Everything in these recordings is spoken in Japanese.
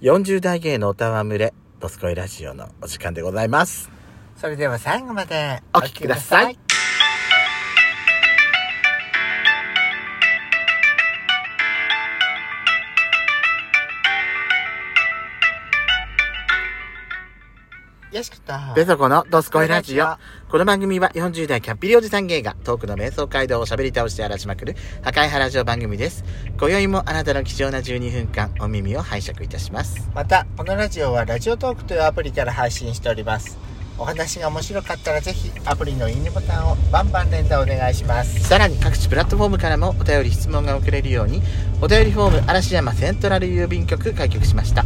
40代芸のおたわむれ、ドスコイラジオのお時間でございます。それでは最後までお聞きください。よしきと。ベソコのドスコイラジオ。この番組は40代キャッピリおじさん芸がトークの瞑想街道を喋り倒して荒らしまくる破壊原城番組です。今宵もあなたの貴重な12分間、お耳を拝借いたします。また、このラジオはラジオトークというアプリから配信しております。お話が面白かったらぜひアプリのいいねボタンをバンバン連打お願いします。さらに各地プラットフォームからもお便り質問が送れるようにお便りフォーム嵐山セントラル郵便局開局しました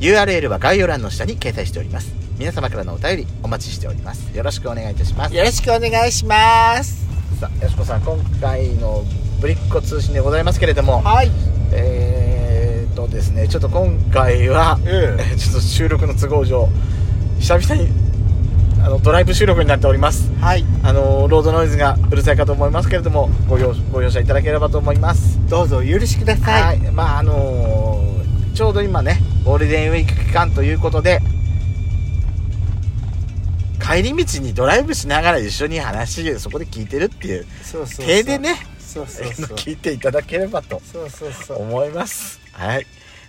URL は概要欄の下に掲載しております皆様からのお便りお待ちしておりますよろしくお願いいたしますよろしくお願いします。さあよしこさん今回のぶりっ子通信でございますけれどもはい。えーっとですねちょっと今回は、うんえーちょっと収録の都合上久々にあのドライブ収録になっておりますはい。あのロードノイズがうるさいかと思いますけれどもご容ご容赦いただければと思いますどうぞお許しください。はい、まああのーちょうど今ねゴールデンウィーク期間ということで帰り道にドライブしながら一緒に話をそこで聞いてるっていうそうそうそう。手で。ねそうそうそう。聞いていただければとそうそうそう。思いますはい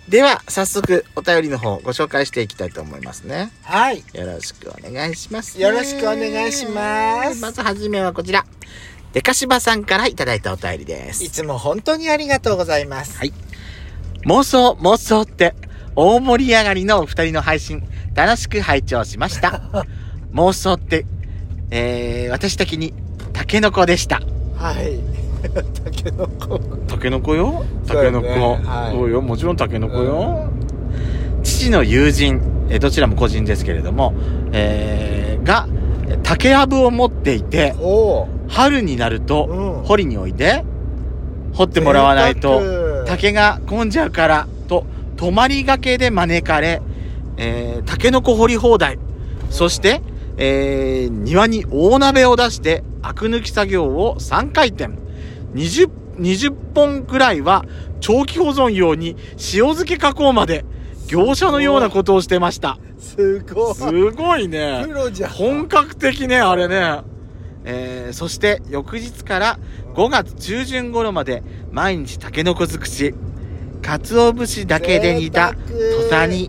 では早速お便りの方ご紹介していきたいと思いますねはい。よろしくお願いします、よろしくお願いしますまずはじめはこちら。でかしばさんからいただいたお便りでいす。つも本当にありがとうございます。はい妄想、妄想って、大盛り上がりのお二人の配信、楽しく拝聴しました。 妄想って、えー、私的に、タケノコでした。 はい。タケノコ。タケノコよそうよねはいそうよ、もちろんタケノコよ。父の友人、えーどちらも個人ですけれども、えー、が、竹やぶを持っていて、おお。春になると、うん掘りにおいで、掘ってもらわないと、贅竹が混んじゃうから、と、泊まりがけで招かれ、えー、竹の子掘り放題。そして、えー、庭に大鍋を出して、アク抜き作業を3回転。20、20本くらいは、長期保存用に塩漬け加工まで、業者のようなことをしてました。沢すごいすごいね。プロじゃん本格的ね、あれね。えー、そして翌日から5月中旬頃まで毎日タケノコ尽くし、鰹節だけで煮た土佐煮、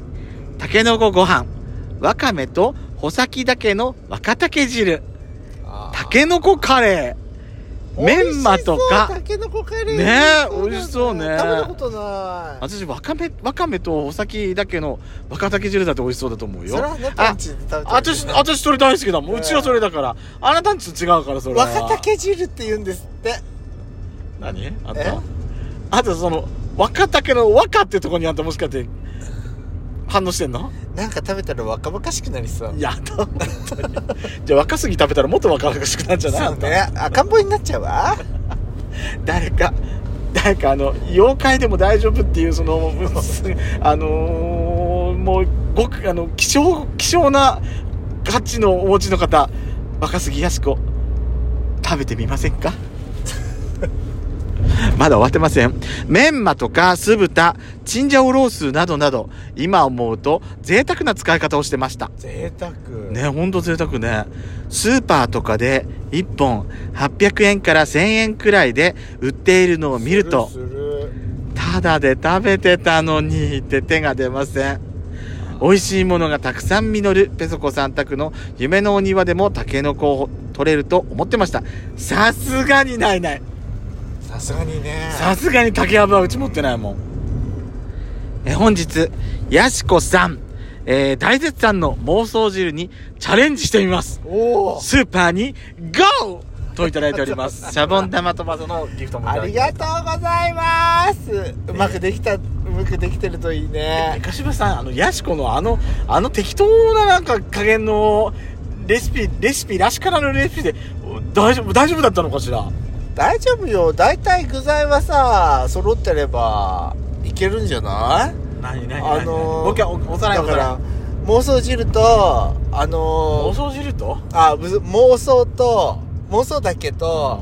タケノコご飯、わかめと穂先だけの若竹汁、あータケノコカレー、メンマと美味しそうかタ、ケノコカレーねえなんだ美味しそうね食べたことない私わかめ、わかめと穂先だけの若竹汁だって美味しそうだと思うそれよ。はねあパンチで食べたこと私、私それ大好きだもん。うちはそれだから。あなたんちと違うから、それは。若竹汁って言うんですって何あえとあとその若竹の若ってとこにあんたもしかして反応してん のなんか食べたら若々しくなりそういやだ本当にじゃあ若すぎ食べたらもっと若々しくなっちゃうなあそうんたね赤ん坊になっちゃうわ誰か誰かあの妖怪でも大丈夫っていうその あのーもうごくあの希少希少な価値のお持ちの方若杉靖子食べてみませんか まだ終わってませんメンマとか酢豚チンジャオロースなどなど今思うと贅沢な使い方をしてました贅沢ねほんと贅沢ねスーパーとかで1本800円から1000円くらいで売っているのを見るとするただで食べてたのにって手が出ません美味しいものがたくさん実るペソコさん宅の夢のお庭でもタケノコを取れると思ってましたさすがにないないするさすがにねさすがに竹やぶはうち持ってないもん。え、本日、やしこさん、えー大絶賛の妄想汁にチャレンジしてみます。おおスーパーに GO! といただいております。 シャボン玉とバゾのギフトもいたあだいりて。がとうございますうまくできたうまくできてるといいねかしばさん、あの、やしこのあの、あの適当ななんか加減のレシピ、レシピらしからのレシピで、お大丈夫、大丈夫だったのかしら大丈夫よ大体具材はさ揃ってればいけるんじゃない何何あのー僕はおおさらいだおかさらら妄想汁とあい。の妄ー、想汁とあむず妄想と妄想だけと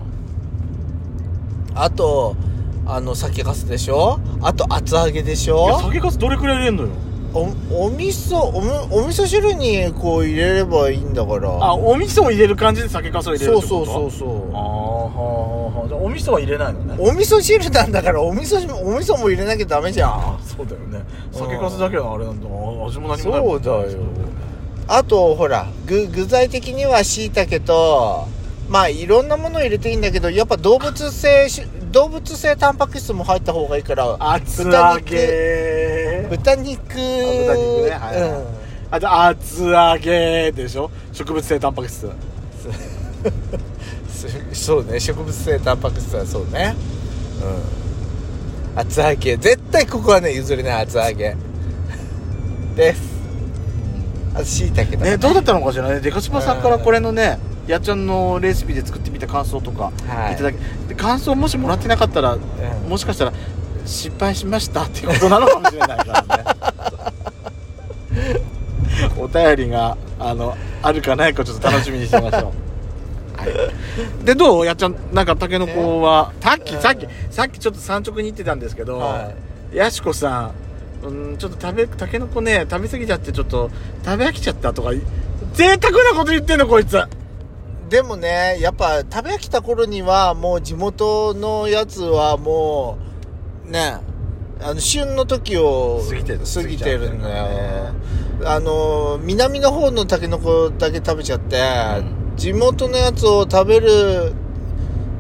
あとあの酒粕でしょあと厚揚げでしいや、ょ酒かすどれくらい入れんのよおお味噌おむお味噌汁にこう入れればいいんだからあお味噌を入れる感じで酒かすを入れるっそうてそことうそううあーそはあはあはあじゃあお味噌は入れないのねうお味噌汁なんだからお味噌汁お味噌も入れなきゃダメじゃんあそうだよね酒かすだけはあれなんだあ味も何もないそもうんだよあとほら具具材的にはしいたけとまあいろんなもの入れていいんだけどやっぱ動物性し動物性タンパク質も入った方がいいから厚揚げ豚肉豚肉ねはいはいあじゃあ厚揚げでしょ植物性タンパク質うん、そそうね植物性タンパク質はそうねうん厚揚げ絶対ここはね譲れない厚揚げですあとしいたけねどうだったのかしらねデカシパさんからこれのねやっちゃんのレシピで作ってみた感想とかはいいただけ、で感想もしもらってなかったら、んもしかしたら失敗しましたっていうことなのかもしれないからねお便りがあのあるかないかちょっと楽しみにしてましょうはい、でどうやっちゃんなんかたけのこは、さっきうんさっきさっきちょっと産直に行ってたんですけど、はやしこさん、うん、ちょっと食べ、たけのこね、食べ過ぎちゃって、ちょっと、食べ飽きちゃったとか、贅沢なこと言ってんの、こいつ。でもねやっぱ食べ飽きた頃にはもう地元のやつはもうねあの旬の時を過ぎてる過ぎてるんだよ過ぎちゃってあの南の方のタケノコだけ食べちゃって、地元のやつを食べる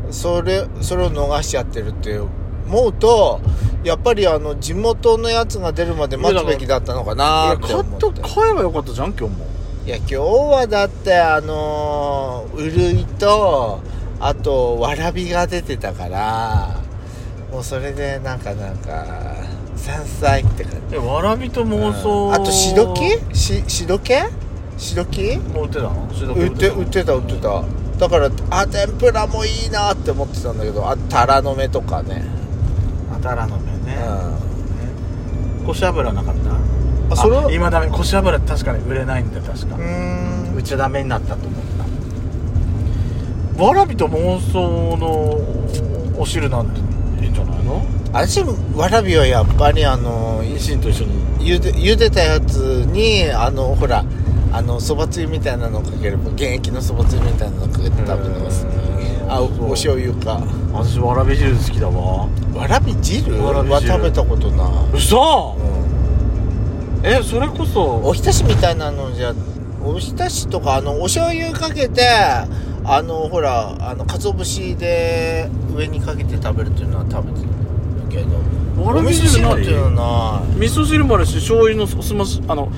それそれを逃しちゃってるっていう思うとやっぱりあの地元のやつが出るまで待つべきだったのかいなや、って買思っってと、買えばよかったじゃん、今日も。いや今日はだってあのー、うるいとあとわらびが出てたからもうそれでなんかなんか山菜って感じえ、わらびと妄想。あとしどきししどけしどきもう売ってたのしどき売って売ってた売ってただからあ天ぷらもいいなって思ってたんだけどあたらの芽とかねあたらの目ねうん。こし油なかったあそれは今ダメ。こし油確かに売れないんだよ、確かう。ーんうちダメになったと思った。わらびと妄想のお汁なんていいんじゃないの私わらびはやっぱりあのーニシンと一緒に。茹で茹でたやつにあのほらあのそばつゆみたいなのをかければ原液のそばつゆみたいなのをかけて食べてますへーあおそうお醤油か私わらび汁好きだわわらび汁わらび汁は食べたことない、嘘うんえそれこそおひたしみたいなのじゃおひたしとかあのお醤油かけてあのほらあの鰹節で上にかけて食べるっていうのは食べてるけどわらびお味噌汁汁なっていうのはない味噌汁もあるし醤油のすましあの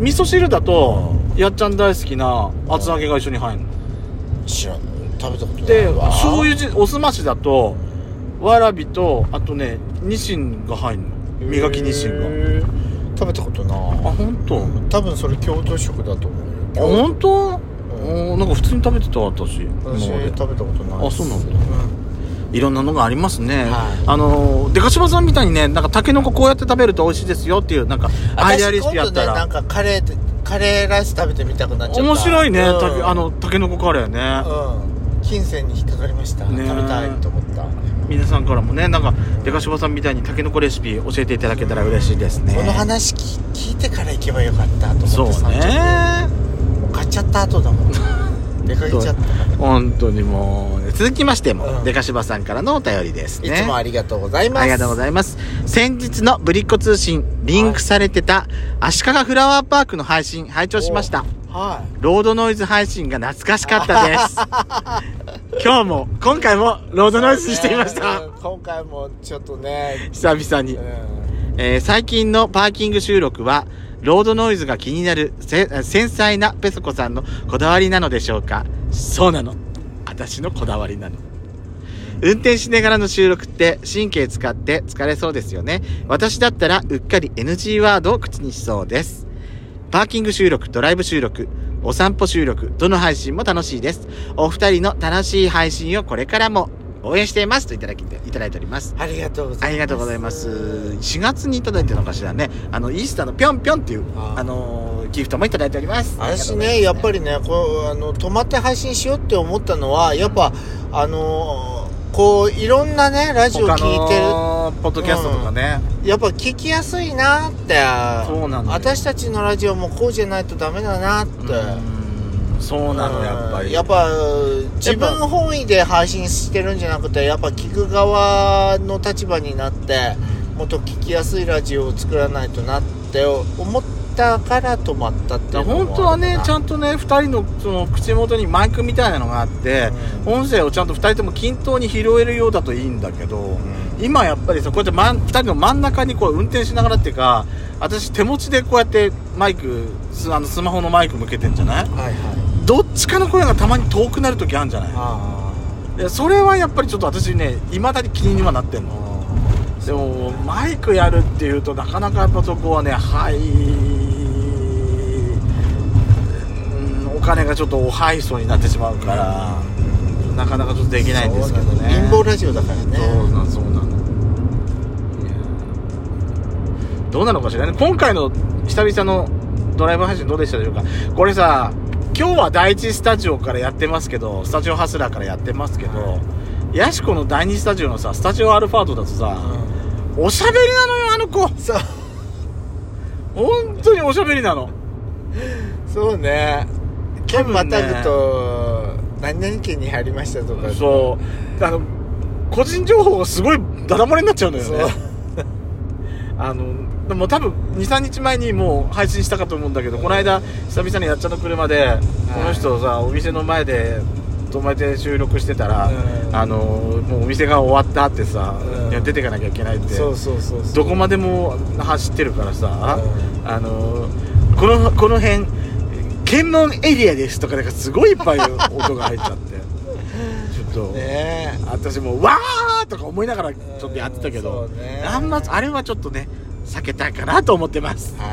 味噌汁だとやっちゃん大好きな厚揚げが一緒に入るの知らん食べたことないでわ醤油じおすましだとわらびとあとねニシンが入るの磨きニシへンー食べたことないがあ本当あ多分それ郷土食だと思うよ本当おーなんか普通に食べてた私私今ま食べでたことないあそうなんだいろんなのがありますね、はいあのーでかしばさんみたいにねなんかたけのここうやって食べると美味しいですよっていうなんかアイデアレシピあった私今度ねなら、んかカレーでカレーライス食べてみたくなっちゃった面白いね、うんたけあのたけのこカレーね、うん金銭に引っかかりました、ね食べたいと思った、皆さんからもねなんかでかしばさんみたいにたけのこレシピ教えていただけたら嬉しいですねこの話き聞いてから行けばよかったとそう思ってさねもう買っちゃった後だ もん出かけちゃった、本当にもう続きましても、うんでかしばさんからのお便りですねいつもありがとうございますありがとうございます。先日のぶりっ子通信、リンクされてた、足利フラワーパークの配信、拝聴しました。はロードノイズ配信が懐かしかった です。今日も、今回もローいドノイズしていましうたん。今回もちょっとね、久々にう。んえー最近のパーキング収録は、ロードノイズが気になるせ繊細なペソコさんのこだわりなのでしょうかそうなの。私のこだわりなの。運転しながらの収録って神経使って疲れそうですよね。私だったらうっかり NG ワードを口にしそうです。パーキング収録、ドライブ収録、お散歩収録、どの配信も楽しいです。お二人の楽しい配信をこれからも応援していますといただきいただいております。ありがとうございますありがとうございます。4月にいただいてるのかしらね。あの、イースターのぴょんぴょんっていう、ああーのーギフトもいただいております。私ねやっぱり。りねこうあの止まって配信しようって思ったのはやっぱあのこういろんなねラジオ聞いてる他のポッドキャストとかね、やっぱ聞きやすいなってそうなんだよ私たちのラジオもこうじゃないとダメだなって、うんそうなのやっぱりやっぱ自分本位で配信してるんじゃなくてやっぱ聞く側の立場になってもっと聞きやすいラジオを作らないとなって思ったから止まったっていうのも本当はねちゃんんとね2人のその口元にマイクみたいなのがあって、音声をちゃんと2人とも均等に拾えるようだといいんだけど、今やっぱりさこうやって、ま、2人の真ん中にこう運転しながらっていうか私手持ちでこうやってマイクスあのスマホのマイク向けてんじゃないはいはいどっちかの声がたまに遠くなる時あるんじゃないあでそれはやっぱりちょっと私ねいまだに気にはなってんのあでもマイクやるっていうとなかなかやっぱそこはねはいうんお金がちょっとお敗訴になってしまうからなかなかちょっとできないんですけどねそうなの貧乏ラジオだからねそうなのそうなのいやどうなのかしらね今回の久々のドライブ配信どうでしたでしょうかこれさ今日は第一スタジオからやってますけどスタジオハスラーからやってますけど、はヤシコの第二スタジオのさスタジオアルファートだとさ、おしゃべりなのよあの子そう本当におしゃべりなのそうね県多ま分ねたぐと何々県に入りましたとかそうあの個人情報がすごいダダ漏れになっちゃうんだよそうねあのでも多分23日前にもう配信したかと思うんだけどこの間久々にやっちゃんの車でこの人をさお店の前で止めて収録してたら、うんあのもうお店が終わったってさ、うんいや出ていかなきゃいけないってそうそうそうそうどこまでも走ってるからさ、うあのこのこの辺検問エリアですとかなんかすごいいっぱい音が入っちゃってちょっと、 ね私も「わー!」とか思いながらちょっとやってたけど、うんそうねあんまあれはちょっとね避けたいかなと思ってますえはい